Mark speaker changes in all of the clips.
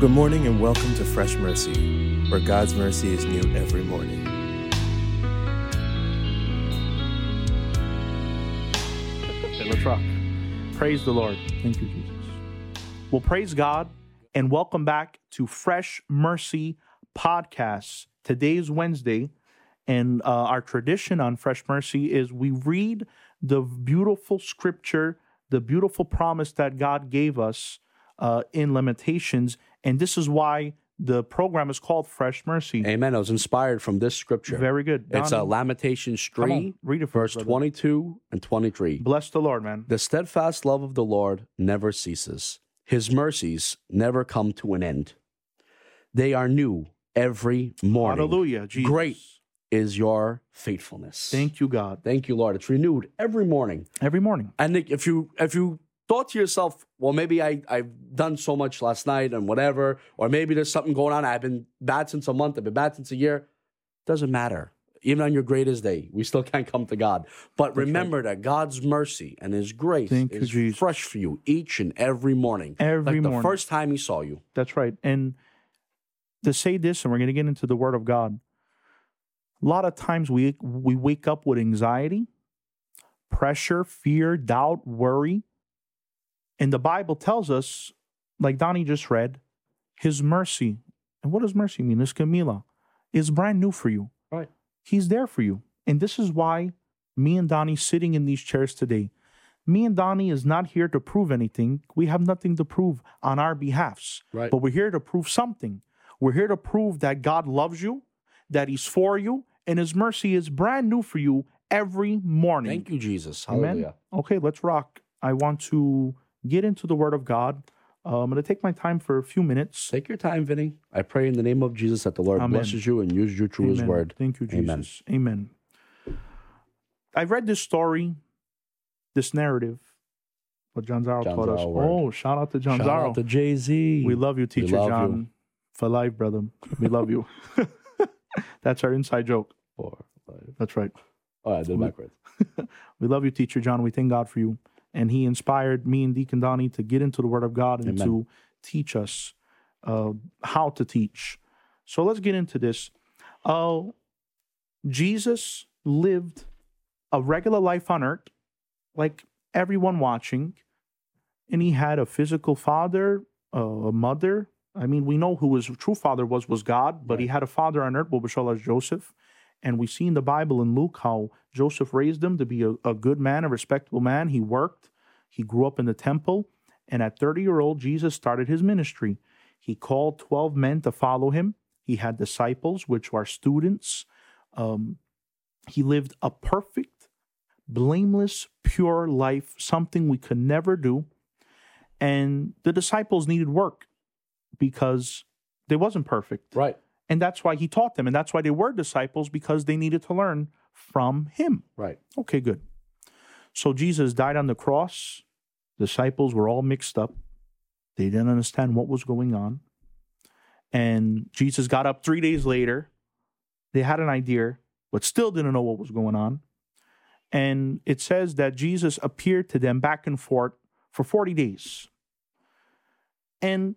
Speaker 1: Good morning and welcome to Fresh Mercy, where God's mercy is new every morning.
Speaker 2: in the truck. Praise the Lord.
Speaker 3: Thank you, Jesus.
Speaker 2: Well, praise God and welcome back to Fresh Mercy Podcasts. Today is Wednesday, and uh, our tradition on Fresh Mercy is we read the beautiful scripture, the beautiful promise that God gave us uh, in Lamentations. And this is why the program is called Fresh Mercy.
Speaker 3: Amen. I was inspired from this scripture.
Speaker 2: Very good.
Speaker 3: It's uh,
Speaker 2: Donnie,
Speaker 3: Lamentations 3,
Speaker 2: read it for
Speaker 3: verse
Speaker 2: us, brother.
Speaker 3: 22 and 23.
Speaker 2: Bless the Lord, man.
Speaker 3: The steadfast love of the Lord never ceases, his mercies never come to an end. They are new every morning.
Speaker 2: Hallelujah. Jesus.
Speaker 3: Great is your faithfulness.
Speaker 2: Thank you, God.
Speaker 3: Thank you, Lord. It's renewed every morning.
Speaker 2: Every morning.
Speaker 3: And Nick, if you if you thought to yourself, well, maybe I, I've done so much last night and whatever, or maybe there's something going on. I've been bad since a month, I've been bad since a year. Doesn't matter. Even on your greatest day, we still can't come to God. But remember that God's mercy and His grace
Speaker 2: Thank you,
Speaker 3: is
Speaker 2: Jesus.
Speaker 3: fresh for you each and every morning.
Speaker 2: Every
Speaker 3: like
Speaker 2: morning.
Speaker 3: the first time He saw you.
Speaker 2: That's right. And to say this, and we're going to get into the Word of God. A lot of times we we wake up with anxiety, pressure, fear, doubt, worry, and the Bible tells us, like Donnie just read, His mercy. And what does mercy mean? This Camila is brand new for you.
Speaker 3: Right.
Speaker 2: He's there for you, and this is why me and Donnie sitting in these chairs today. Me and Donnie is not here to prove anything. We have nothing to prove on our behalfs.
Speaker 3: Right.
Speaker 2: But we're here to prove something. We're here to prove that God loves you, that He's for you, and His mercy is brand new for you every morning.
Speaker 3: Thank you, Jesus.
Speaker 2: Amen.
Speaker 3: Hallelujah.
Speaker 2: Okay, let's rock. I want to get into the Word of God. Uh, I'm going to take my time for a few minutes.
Speaker 3: Take your time, Vinny. I pray in the name of Jesus that the Lord
Speaker 2: Amen.
Speaker 3: blesses you and uses you through His
Speaker 2: Amen.
Speaker 3: word.
Speaker 2: Thank you,
Speaker 3: Amen.
Speaker 2: Jesus. Amen. I read this story, this narrative, what John Zarro
Speaker 3: John
Speaker 2: taught us.
Speaker 3: Zarro word.
Speaker 2: Oh, shout out to John
Speaker 3: Shout
Speaker 2: Zarro.
Speaker 3: out to Jay Z.
Speaker 2: We love you, teacher
Speaker 3: love you.
Speaker 2: John, for life, brother. We love you. That's our inside joke.
Speaker 3: Four, five.
Speaker 2: That's right.
Speaker 3: All right, I did it backwards.
Speaker 2: We love you, teacher John. We thank God for you. And he inspired me and Deacon Donnie to get into the Word of God and
Speaker 3: Amen.
Speaker 2: to teach us uh, how to teach. So let's get into this. Uh, Jesus lived a regular life on earth, like everyone watching, and he had a physical father, uh, a mother. I mean, we know who his true father was was God, but he had a father on earth, Bobashal as Joseph. And we see in the Bible in Luke how Joseph raised him to be a, a good man, a respectable man. He worked, he grew up in the temple, and at 30 year old, Jesus started his ministry. He called 12 men to follow him. He had disciples, which were students. Um, he lived a perfect, blameless, pure life, something we could never do. And the disciples needed work because they wasn't perfect.
Speaker 3: Right.
Speaker 2: And that's why he taught them. And that's why they were disciples because they needed to learn from him.
Speaker 3: Right.
Speaker 2: Okay, good. So Jesus died on the cross. Disciples were all mixed up. They didn't understand what was going on. And Jesus got up three days later. They had an idea, but still didn't know what was going on. And it says that Jesus appeared to them back and forth for 40 days. And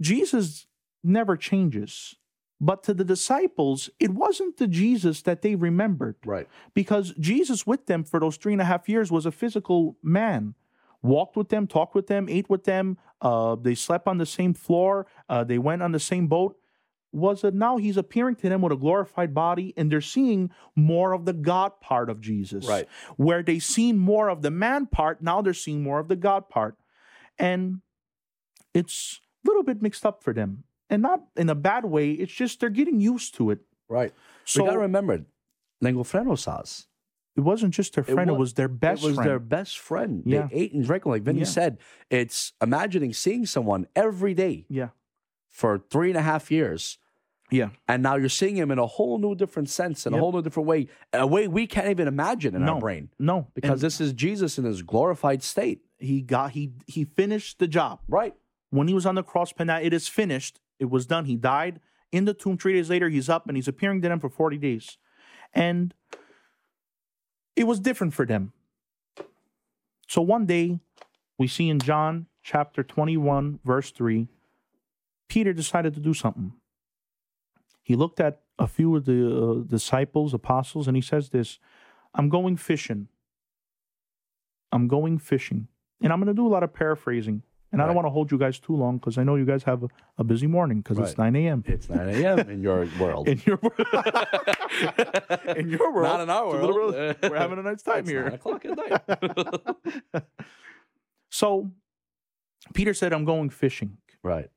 Speaker 2: Jesus never changes. But to the disciples, it wasn't the Jesus that they remembered
Speaker 3: Right.
Speaker 2: because Jesus with them for those three and a half years was a physical man. Walked with them, talked with them, ate with them. Uh, they slept on the same floor. Uh, they went on the same boat. Was that now he's appearing to them with a glorified body, and they're seeing more of the God part of Jesus.
Speaker 3: Right.
Speaker 2: Where they seen more of the man part, now they're seeing more of the God part, and it's a little bit mixed up for them, and not in a bad way. It's just they're getting used to it.
Speaker 3: Right. So
Speaker 2: So
Speaker 3: we gotta remember, Lengofrenosas.
Speaker 2: it wasn't just their
Speaker 3: It
Speaker 2: friend; it was,
Speaker 3: was-
Speaker 2: their
Speaker 3: That
Speaker 2: best
Speaker 3: was
Speaker 2: friend.
Speaker 3: their best friend.
Speaker 2: Yeah.
Speaker 3: They ate and drank like Vinny
Speaker 2: Yeah.
Speaker 3: said. It's imagining seeing someone every day
Speaker 2: Yeah.
Speaker 3: for three and a half years,
Speaker 2: Yeah.
Speaker 3: and now you're seeing him in a whole new different sense, in a
Speaker 2: Yep.
Speaker 3: whole new different way, a way we can't even imagine in
Speaker 2: No.
Speaker 3: our brain.
Speaker 2: No,
Speaker 3: Because
Speaker 2: and
Speaker 3: this is Jesus in his glorified state.
Speaker 2: he got he he finished the job
Speaker 3: Right.
Speaker 2: when he was on the cross. Pena, it is finished. It was done. He died in the tomb. Three days later, he's up and he's appearing to them for forty days, and it was different for them. So one day, we see in John chapter twenty-one, verse three, Peter decided to do something. He looked at a few of the uh, disciples, apostles, and he says, This, I'm going fishing. I'm going fishing. And I'm going to do a lot of paraphrasing. And I don't
Speaker 3: Right.
Speaker 2: want to hold you guys too long because I know you guys have a, a busy morning because it's 9 a.m.
Speaker 3: It's 9 a.m. in your world.
Speaker 2: In your in your world,
Speaker 3: Not in our
Speaker 2: it's a little
Speaker 3: world.
Speaker 2: early. we're having a nice time
Speaker 3: it's
Speaker 2: here.
Speaker 3: 9 o'clock at night.
Speaker 2: So Peter said, I'm going fishing.
Speaker 3: right.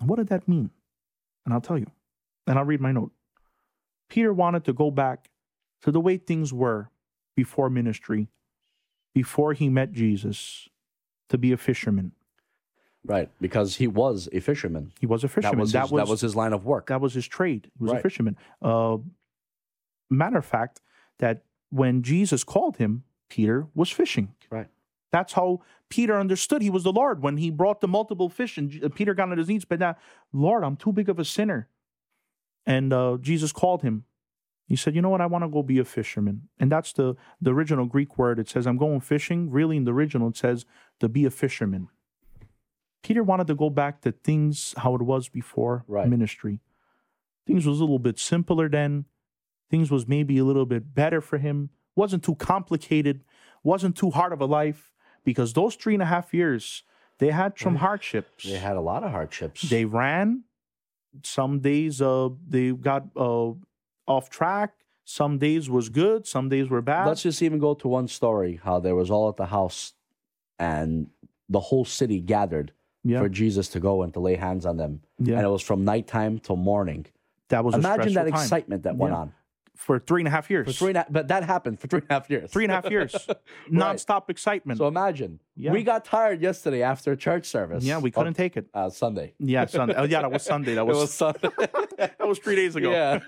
Speaker 2: What did that mean? And I'll tell you. And I'll read my note. Peter wanted to go back to the way things were before ministry, before he met Jesus, to be a fisherman.
Speaker 3: Right. Because he was a fisherman.
Speaker 2: He was a
Speaker 3: That
Speaker 2: fisherman.
Speaker 3: was, his, that, was, his line of work.
Speaker 2: that was his trade. He was a
Speaker 3: Right.
Speaker 2: fisherman. Uh, matter of fact, that when Jesus called him, Peter was fishing.
Speaker 3: Right.
Speaker 2: That's how Peter understood he was the Lord when he brought the multiple fish and J- Peter got on his knees. But now, Lord, I'm too big of a sinner. And uh, Jesus called him. He said, "You know what? I want to go be a fisherman." And that's the the original Greek word. It says, "I'm going fishing." Really, in the original, it says to be a fisherman. Peter wanted to go back to things how it was before
Speaker 3: Right.
Speaker 2: ministry. Things was a little bit simpler then. Things was maybe a little bit better for him. wasn't too complicated. wasn't too hard of a life because those three and a half years they had some hardships.
Speaker 3: They had a lot of hardships.
Speaker 2: They ran. Some days uh, they got uh, off track. Some days was good. Some days were bad.
Speaker 3: Let's just even go to one story how there was all at the house and the whole city gathered
Speaker 2: yeah,
Speaker 3: for Jesus to go and to lay hands on them.
Speaker 2: yeah.
Speaker 3: And it was from nighttime till morning.
Speaker 2: that was a
Speaker 3: Imagine that
Speaker 2: stressful time.
Speaker 3: excitement that went
Speaker 2: Yeah.
Speaker 3: on.
Speaker 2: for three and a half years.
Speaker 3: For three and a, but that happened for three and a half years.
Speaker 2: Three and a half years, nonstop excitement.
Speaker 3: So imagine.
Speaker 2: Yeah.
Speaker 3: We got tired yesterday after church service.
Speaker 2: yeah, we
Speaker 3: Oh,
Speaker 2: couldn't take it.
Speaker 3: uh, Sunday.
Speaker 2: Yeah, Sunday. Oh, yeah, that was Sunday. That
Speaker 3: It
Speaker 2: was,
Speaker 3: was Sunday.
Speaker 2: that was three days ago.
Speaker 3: yeah.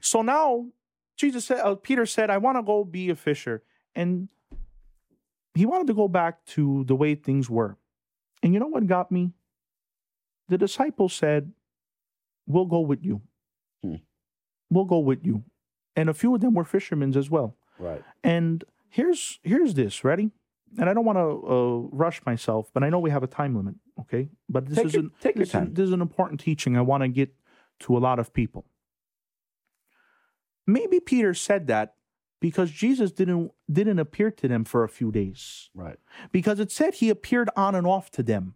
Speaker 2: So now Jesus said, uh, Peter said, I want to go be a fisher. And he wanted to go back to the way things were. And you know what got me? The disciples said, We'll go with you.
Speaker 3: Hmm.
Speaker 2: We'll go with you. And a few of them were fishermen as well.
Speaker 3: Right.
Speaker 2: And here's here's this, ready? And I don't want to uh, rush myself, but I know we have a time limit, okay? But this
Speaker 3: Take
Speaker 2: is
Speaker 3: your-
Speaker 2: an
Speaker 3: take your
Speaker 2: this is an-
Speaker 3: time.
Speaker 2: this is an important teaching I want to get to a lot of people. Maybe Peter said that because Jesus didn't didn't appear to them for a few days
Speaker 3: Right.
Speaker 2: because it said he appeared on and off to them.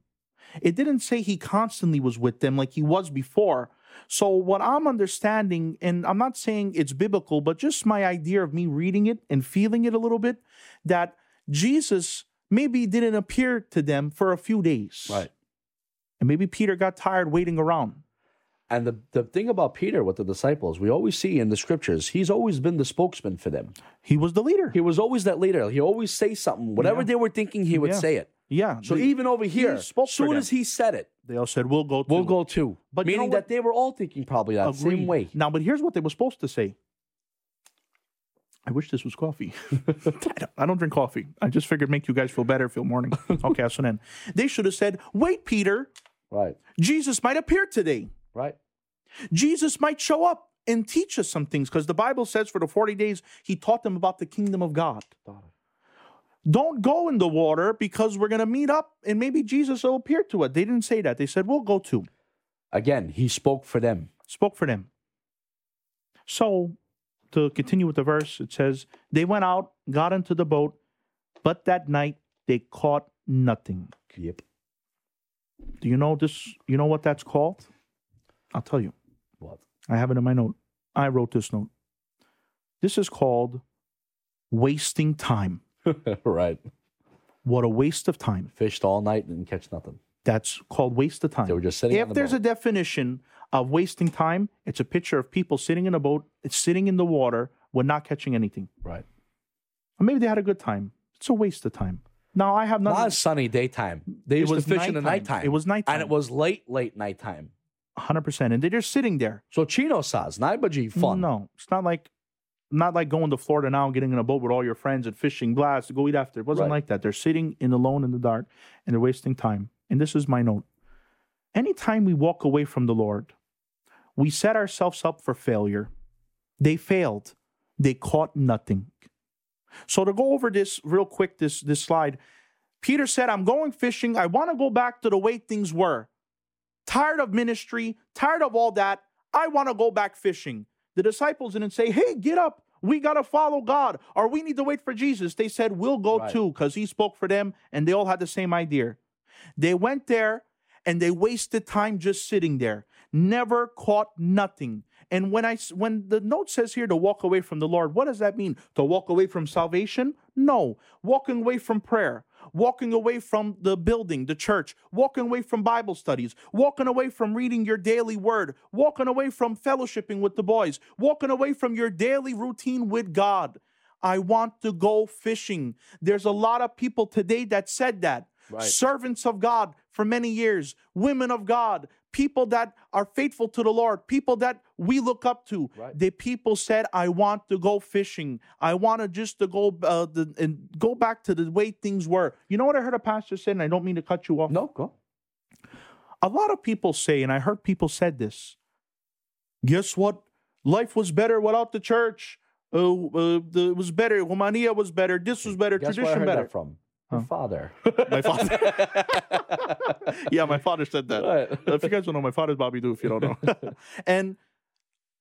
Speaker 2: It didn't say he constantly was with them like he was before. So, what I'm understanding, and I'm not saying it's biblical, but just my idea of me reading it and feeling it a little bit, that Jesus maybe didn't appear to them for a few days.
Speaker 3: Right.
Speaker 2: And maybe Peter got tired waiting around.
Speaker 3: And the, the thing about Peter with the disciples, we always see in the scriptures, he's always been the spokesman for them.
Speaker 2: He was the leader.
Speaker 3: He was always that leader. He always say something. Whatever
Speaker 2: Yeah.
Speaker 3: they were thinking, he would
Speaker 2: Yeah.
Speaker 3: say it.
Speaker 2: yeah.
Speaker 3: So
Speaker 2: they,
Speaker 3: even over here,
Speaker 2: spoke
Speaker 3: as
Speaker 2: for
Speaker 3: soon
Speaker 2: them.
Speaker 3: as he said it,
Speaker 2: they all said, We'll go.
Speaker 3: we'll
Speaker 2: too."
Speaker 3: go too.
Speaker 2: But you know
Speaker 3: meaning
Speaker 2: what?
Speaker 3: that they were all thinking probably that same
Speaker 2: Agreed.
Speaker 3: way.
Speaker 2: Now, but here's what they were supposed to say. I wish this was coffee. I, don't, I don't drink coffee. I just figured make you guys feel better, feel morning. Okay, I'll send in. They should have said, "Wait, Peter,
Speaker 3: Right.
Speaker 2: Jesus might appear today.
Speaker 3: Right.
Speaker 2: Jesus might show up and teach us some things because the Bible says for the 40 days he taught them about the kingdom of God. Don't go in the water because we're going to meet up and maybe Jesus will appear to us. They didn't say that. They said, "We'll go to."
Speaker 3: Again, he spoke for them.
Speaker 2: spoke for them. So, to continue with the verse, it says, They went out, got into the boat, but that night they caught nothing.
Speaker 3: Yep.
Speaker 2: Do you know this? You know what that's called? I'll tell you.
Speaker 3: What?
Speaker 2: I have it in my note. I wrote this note. This is called wasting time.
Speaker 3: right.
Speaker 2: What a waste of time.
Speaker 3: Fished all night and didn't catch nothing.
Speaker 2: That's called waste of time.
Speaker 3: They were just sitting
Speaker 2: If
Speaker 3: on the
Speaker 2: there's a
Speaker 3: boat.
Speaker 2: definition of wasting time, it's a picture of people sitting in a boat, sitting in the water, when not catching anything.
Speaker 3: right.
Speaker 2: Or maybe they had a good time. It's a waste of time. Now I have
Speaker 3: Not a
Speaker 2: nothing.
Speaker 3: sunny daytime. They used
Speaker 2: was
Speaker 3: to fish in the
Speaker 2: nighttime.
Speaker 3: nighttime.
Speaker 2: It was nighttime.
Speaker 3: And it was late, late nighttime.
Speaker 2: Hundred percent, and they're just sitting there.
Speaker 3: So Chino saws, Naibaji fun.
Speaker 2: No, it's not like, not like going to Florida now and getting in a boat with all your friends and fishing blasts to go eat after. It wasn't
Speaker 3: Right.
Speaker 2: like that. They're sitting in alone in the dark and they're wasting time. And this is my note. Anytime we walk away from the Lord, we set ourselves up for failure. They failed. They caught nothing. So to go over this real quick, this this slide, Peter said, "I'm going fishing. I want to go back to the way things were." tired of ministry, tired of all that. I want to go back fishing. The disciples didn't say, Hey, get up. We got to follow God or we need to wait for Jesus. They said, We'll go
Speaker 3: Right.
Speaker 2: too because he spoke for them and they all had the same idea. They went there and they wasted time just sitting there, never caught nothing. And when I s- when the note says here to walk away from the Lord, what does that mean? To walk away from salvation? No, walking away from prayer, walking away from the building, the church, walking away from Bible studies, walking away from reading your daily word, walking away from fellowshipping with the boys, walking away from your daily routine with God. I want to go fishing. There's a lot of people today that said that
Speaker 3: Right.
Speaker 2: servants of God for many years, women of God, people that are faithful to the Lord, people that we look up to.
Speaker 3: Right.
Speaker 2: The people said, "I want to go fishing. I want to just to go uh, the, and go back to the way things were." You know what I heard a pastor say, and I don't mean to cut you off.
Speaker 3: No, go.
Speaker 2: A lot of people say, and I heard people said this. Guess what? Life was better without the church. Uh, uh, the, it was better. Romania was better. This was better.
Speaker 3: Guess where I
Speaker 2: Tradition
Speaker 3: heard
Speaker 2: better.
Speaker 3: that from? Your father.
Speaker 2: My father. yeah, my father said that.
Speaker 3: Right.
Speaker 2: if you guys don't know, my father's Bobby Do. If you don't know, and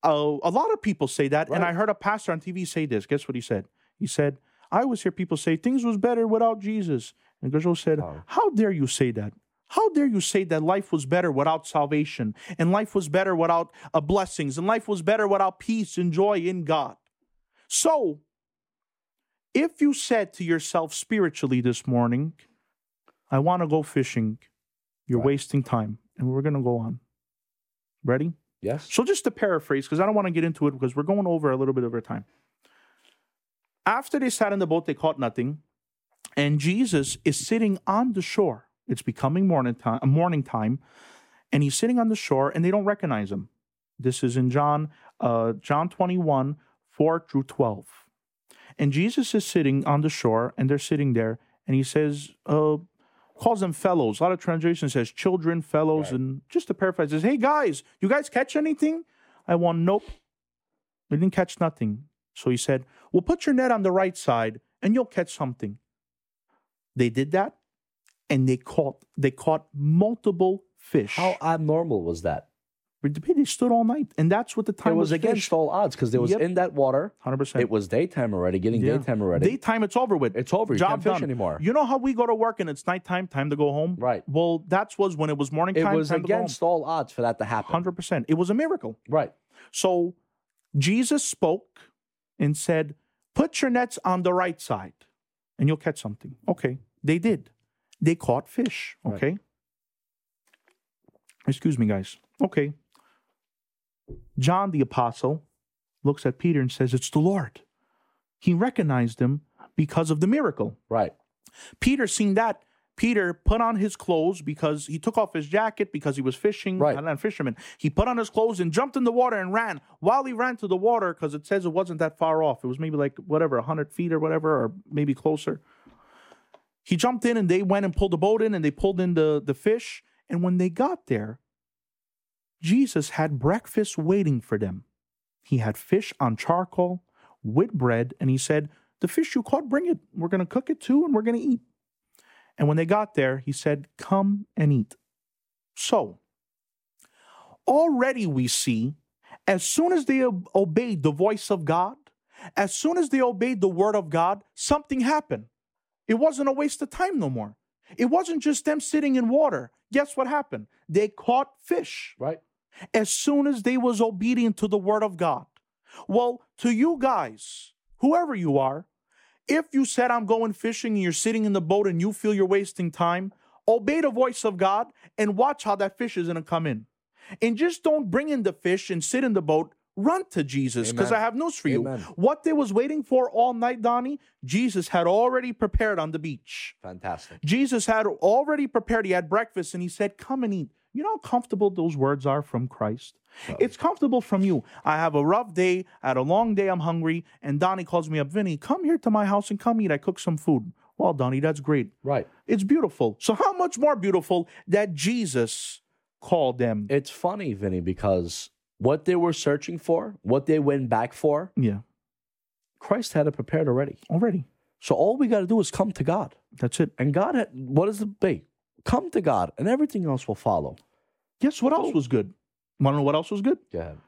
Speaker 2: uh, a lot of people say that. And I
Speaker 3: Right.
Speaker 2: heard a pastor on TV say this. Guess what he said? He said, "I always hear people say things was better without Jesus." And Gajot said,
Speaker 3: Oh.
Speaker 2: "How dare you say that?" How dare you say that life was better without salvation, and life was better without uh, blessings, and life was better without peace and joy in God? So, if you said to yourself spiritually this morning, I want to go fishing, you're
Speaker 3: Right.
Speaker 2: wasting time. And we're going to go on. Ready?
Speaker 3: Yes.
Speaker 2: So, just to paraphrase, because I don't want to get into it because we're going over a little bit of our time. After they sat in the boat, they caught nothing. And Jesus is sitting on the shore. It's becoming morning time, morning time and he's sitting on the shore and they don't recognize him. This is in John, uh, John 21, 4 through 12. And Jesus is sitting on the shore and they're sitting there and he says, uh, calls them fellows. A lot of translation says children, fellows, and just to paraphrase, says, hey guys, you guys catch anything? I want, nope. We didn't catch nothing. So he said, well, put your net on the right side and you'll catch something. They did that and they caught, they caught multiple fish
Speaker 3: How abnormal was that?
Speaker 2: they stood all night, and that's what the
Speaker 3: It
Speaker 2: time
Speaker 3: was against all odds because there was
Speaker 2: Yep.
Speaker 3: in that water.
Speaker 2: Hundred percent.
Speaker 3: It was daytime already, getting
Speaker 2: Yeah.
Speaker 3: daytime already.
Speaker 2: Daytime, it's over with.
Speaker 3: it's over. You
Speaker 2: Job
Speaker 3: can't fish
Speaker 2: done.
Speaker 3: anymore.
Speaker 2: You know how we go to work and it's nighttime, time to go home.
Speaker 3: Right.
Speaker 2: Well, that was when it was morning
Speaker 3: it
Speaker 2: time.
Speaker 3: was
Speaker 2: time to go home.
Speaker 3: against all odds for that to happen.
Speaker 2: Hundred percent. It was a miracle.
Speaker 3: Right.
Speaker 2: So Jesus spoke and said, "Put your nets on the right side, and you'll catch something." Okay, they did. They caught fish.
Speaker 3: Right.
Speaker 2: Okay. Excuse me, guys. Okay. John the apostle looks at Peter and says, "It's the Lord." He recognized him because of the miracle.
Speaker 3: Right.
Speaker 2: Peter seen that. Peter put on his clothes because he took off his jacket because he was fishing,
Speaker 3: Right.
Speaker 2: not a fisherman. He put on his clothes and jumped in the water and ran. While he ran to the water, because it says it wasn't that far off, it was maybe like whatever, 100 feet or whatever, or maybe closer. He jumped in and they went and pulled the boat in and they pulled in the, the fish. And when they got there, Jesus had breakfast waiting for them. He had fish on charcoal with bread, and he said, The fish you caught, bring it. We're going to cook it too, and we're going to eat. And when they got there, he said, Come and eat. So, already we see, as soon as they ob- obeyed the voice of God, as soon as they obeyed the word of God, something happened. It wasn't a waste of time no more. It wasn't just them sitting in water. Guess what happened? They caught fish
Speaker 3: Right.
Speaker 2: as soon as they was obedient to the word of God. Well, to you guys, whoever you are, if you said I'm going fishing and you're sitting in the boat and you feel you're wasting time, obey the voice of God and watch how that fish is going to come in. And just don't bring in the fish and sit in the boat. Run to Jesus because I
Speaker 3: Amen.
Speaker 2: have news for you.
Speaker 3: Amen.
Speaker 2: What they was waiting for all night, Donnie, Jesus had already prepared on the beach.
Speaker 3: Fantastic.
Speaker 2: Jesus had already prepared. He had breakfast and he said, Come and eat. You know how comfortable those words are from Christ? It's comfortable from you. I have a rough day, I had a long day, I'm hungry, and Donnie calls me up, Vinny, come here to my house and come eat. I cook some food. Well, Donnie, that's great.
Speaker 3: Right.
Speaker 2: It's beautiful. So, how much more beautiful that Jesus called them?
Speaker 3: It's funny, Vinny, because what they were searching for, what they went back for,
Speaker 2: yeah,
Speaker 3: Christ had it prepared already.
Speaker 2: already.
Speaker 3: So all we got to do is come to God.
Speaker 2: That's it.
Speaker 3: And God, had, what does it be? Come to God, and everything else will follow.
Speaker 2: Guess what else was good? Want to know what else was good?
Speaker 3: Go ahead.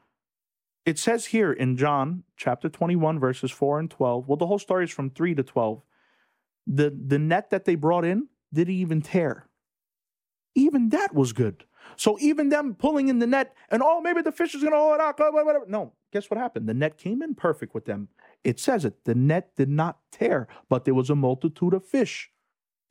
Speaker 2: It says here in John chapter 21, verses 4 and 12. Well, the whole story is from 3 to 12. The, the net that they brought in didn't even tear. Even that was good. So even them pulling in the net and, oh, maybe the fish is going to hold it out, blah, blah, whatever. No, guess what happened? The net came in perfect with them. It says it. The net did not tear, but there was a multitude of fish.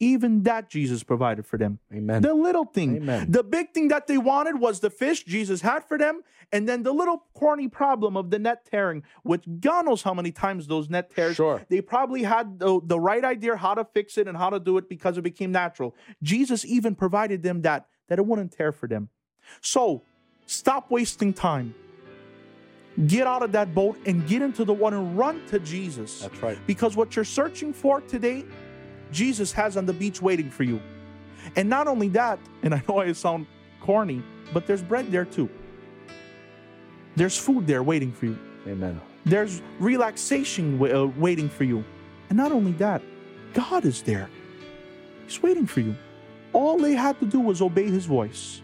Speaker 2: Even that Jesus provided for them.
Speaker 3: Amen.
Speaker 2: The little thing.
Speaker 3: Amen.
Speaker 2: The big thing that they wanted was the fish Jesus had for them, and then the little corny problem of the net tearing, which God knows how many times those net tears.
Speaker 3: Sure.
Speaker 2: They probably had the, the right idea how to fix it and how to do it because it became natural. Jesus even provided them that, that it wouldn't tear for them. So stop wasting time. Get out of that boat and get into the water and run to Jesus.
Speaker 3: That's right.
Speaker 2: Because what you're searching for today, Jesus has on the beach waiting for you. And not only that, and I know I sound corny, but there's bread there too. There's food there waiting for you.
Speaker 3: Amen.
Speaker 2: There's relaxation wa- uh, waiting for you. And not only that, God is there. He's waiting for you. All they had to do was obey his voice.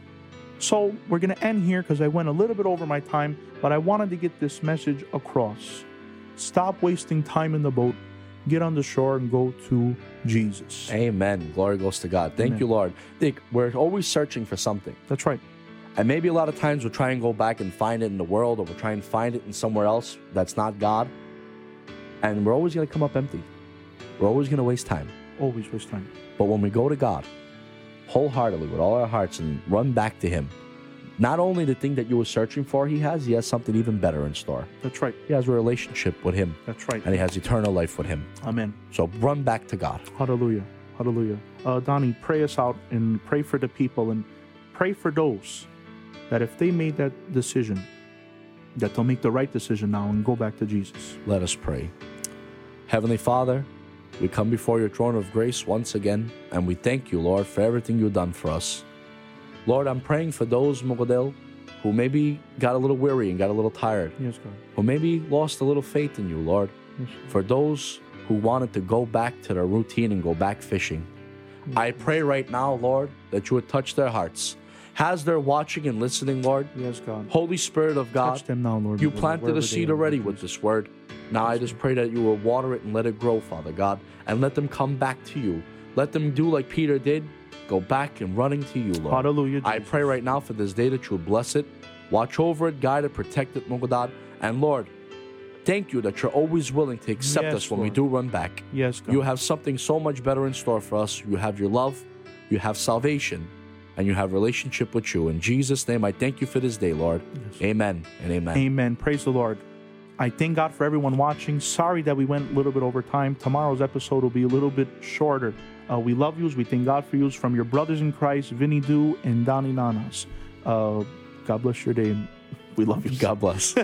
Speaker 2: So we're going to end here because I went a little bit over my time, but I wanted to get this message across. Stop wasting time in the boat, get on the shore, and go to Jesus.
Speaker 3: Amen. Glory goes to God. Thank
Speaker 2: Amen.
Speaker 3: you, Lord. Dick, we're always searching for something.
Speaker 2: That's right.
Speaker 3: And maybe a lot of times we'll try and go back and find it in the world or we'll try and find it in somewhere else that's not God. And we're always going to come up empty. We're always going to waste time.
Speaker 2: Always waste time.
Speaker 3: But when we go to God wholeheartedly with all our hearts and run back to Him, not only the thing that you were searching for, He has, He has something even better in store.
Speaker 2: That's right.
Speaker 3: He has a relationship with Him
Speaker 2: That's right.
Speaker 3: and He has eternal life with Him.
Speaker 2: Amen.
Speaker 3: So run back to God.
Speaker 2: Hallelujah. Hallelujah. Uh, Donnie, pray us out and pray for the people and pray for those that if they made that decision, that they'll make the right decision now and go back to Jesus.
Speaker 3: Let us pray. Heavenly Father, we come before your throne of grace once again, and we thank you, Lord, for everything you've done for us. Lord, I'm praying for those, Mogadel, who maybe got a little weary and got a little tired,
Speaker 2: Yes, God.
Speaker 3: who maybe lost a little faith in you, Lord.
Speaker 2: Yes.
Speaker 3: For those who wanted to go back to their routine and go back fishing, I pray right now, Lord, that you would touch their hearts. As they're watching and listening, Lord,
Speaker 2: Yes, God.
Speaker 3: Holy Spirit of God,
Speaker 2: Touch them now, Lord.
Speaker 3: you
Speaker 2: Lord,
Speaker 3: planted
Speaker 2: wherever
Speaker 3: a
Speaker 2: they
Speaker 3: seed
Speaker 2: are.
Speaker 3: already with this word. Now I just pray that you will water it and let it grow, Father God, and let them come back to you. Let them do like Peter did, go back and running to you, Lord.
Speaker 2: Hallelujah.
Speaker 3: I
Speaker 2: Jesus.
Speaker 3: pray right now for this day that you will bless it, watch over it, guide it, protect it, Mogadad. And Lord, thank you that you're always willing to accept
Speaker 2: Yes,
Speaker 3: us when
Speaker 2: Lord.
Speaker 3: we do run back.
Speaker 2: Yes, God.
Speaker 3: You have something so much better in store for us. You have your love, you have salvation, and you have relationship with you. In Jesus' name, I thank you for this day, Lord. Amen and amen.
Speaker 2: Amen. Praise the Lord. I thank God for everyone watching. Sorry that we went a little bit over time. Tomorrow's episode will be a little bit shorter. Uh, we love yous. We thank God for yous from your brothers in Christ, Vinny Du and Donnie Nanas. Uh, God bless your day. and We love you.
Speaker 3: God bless.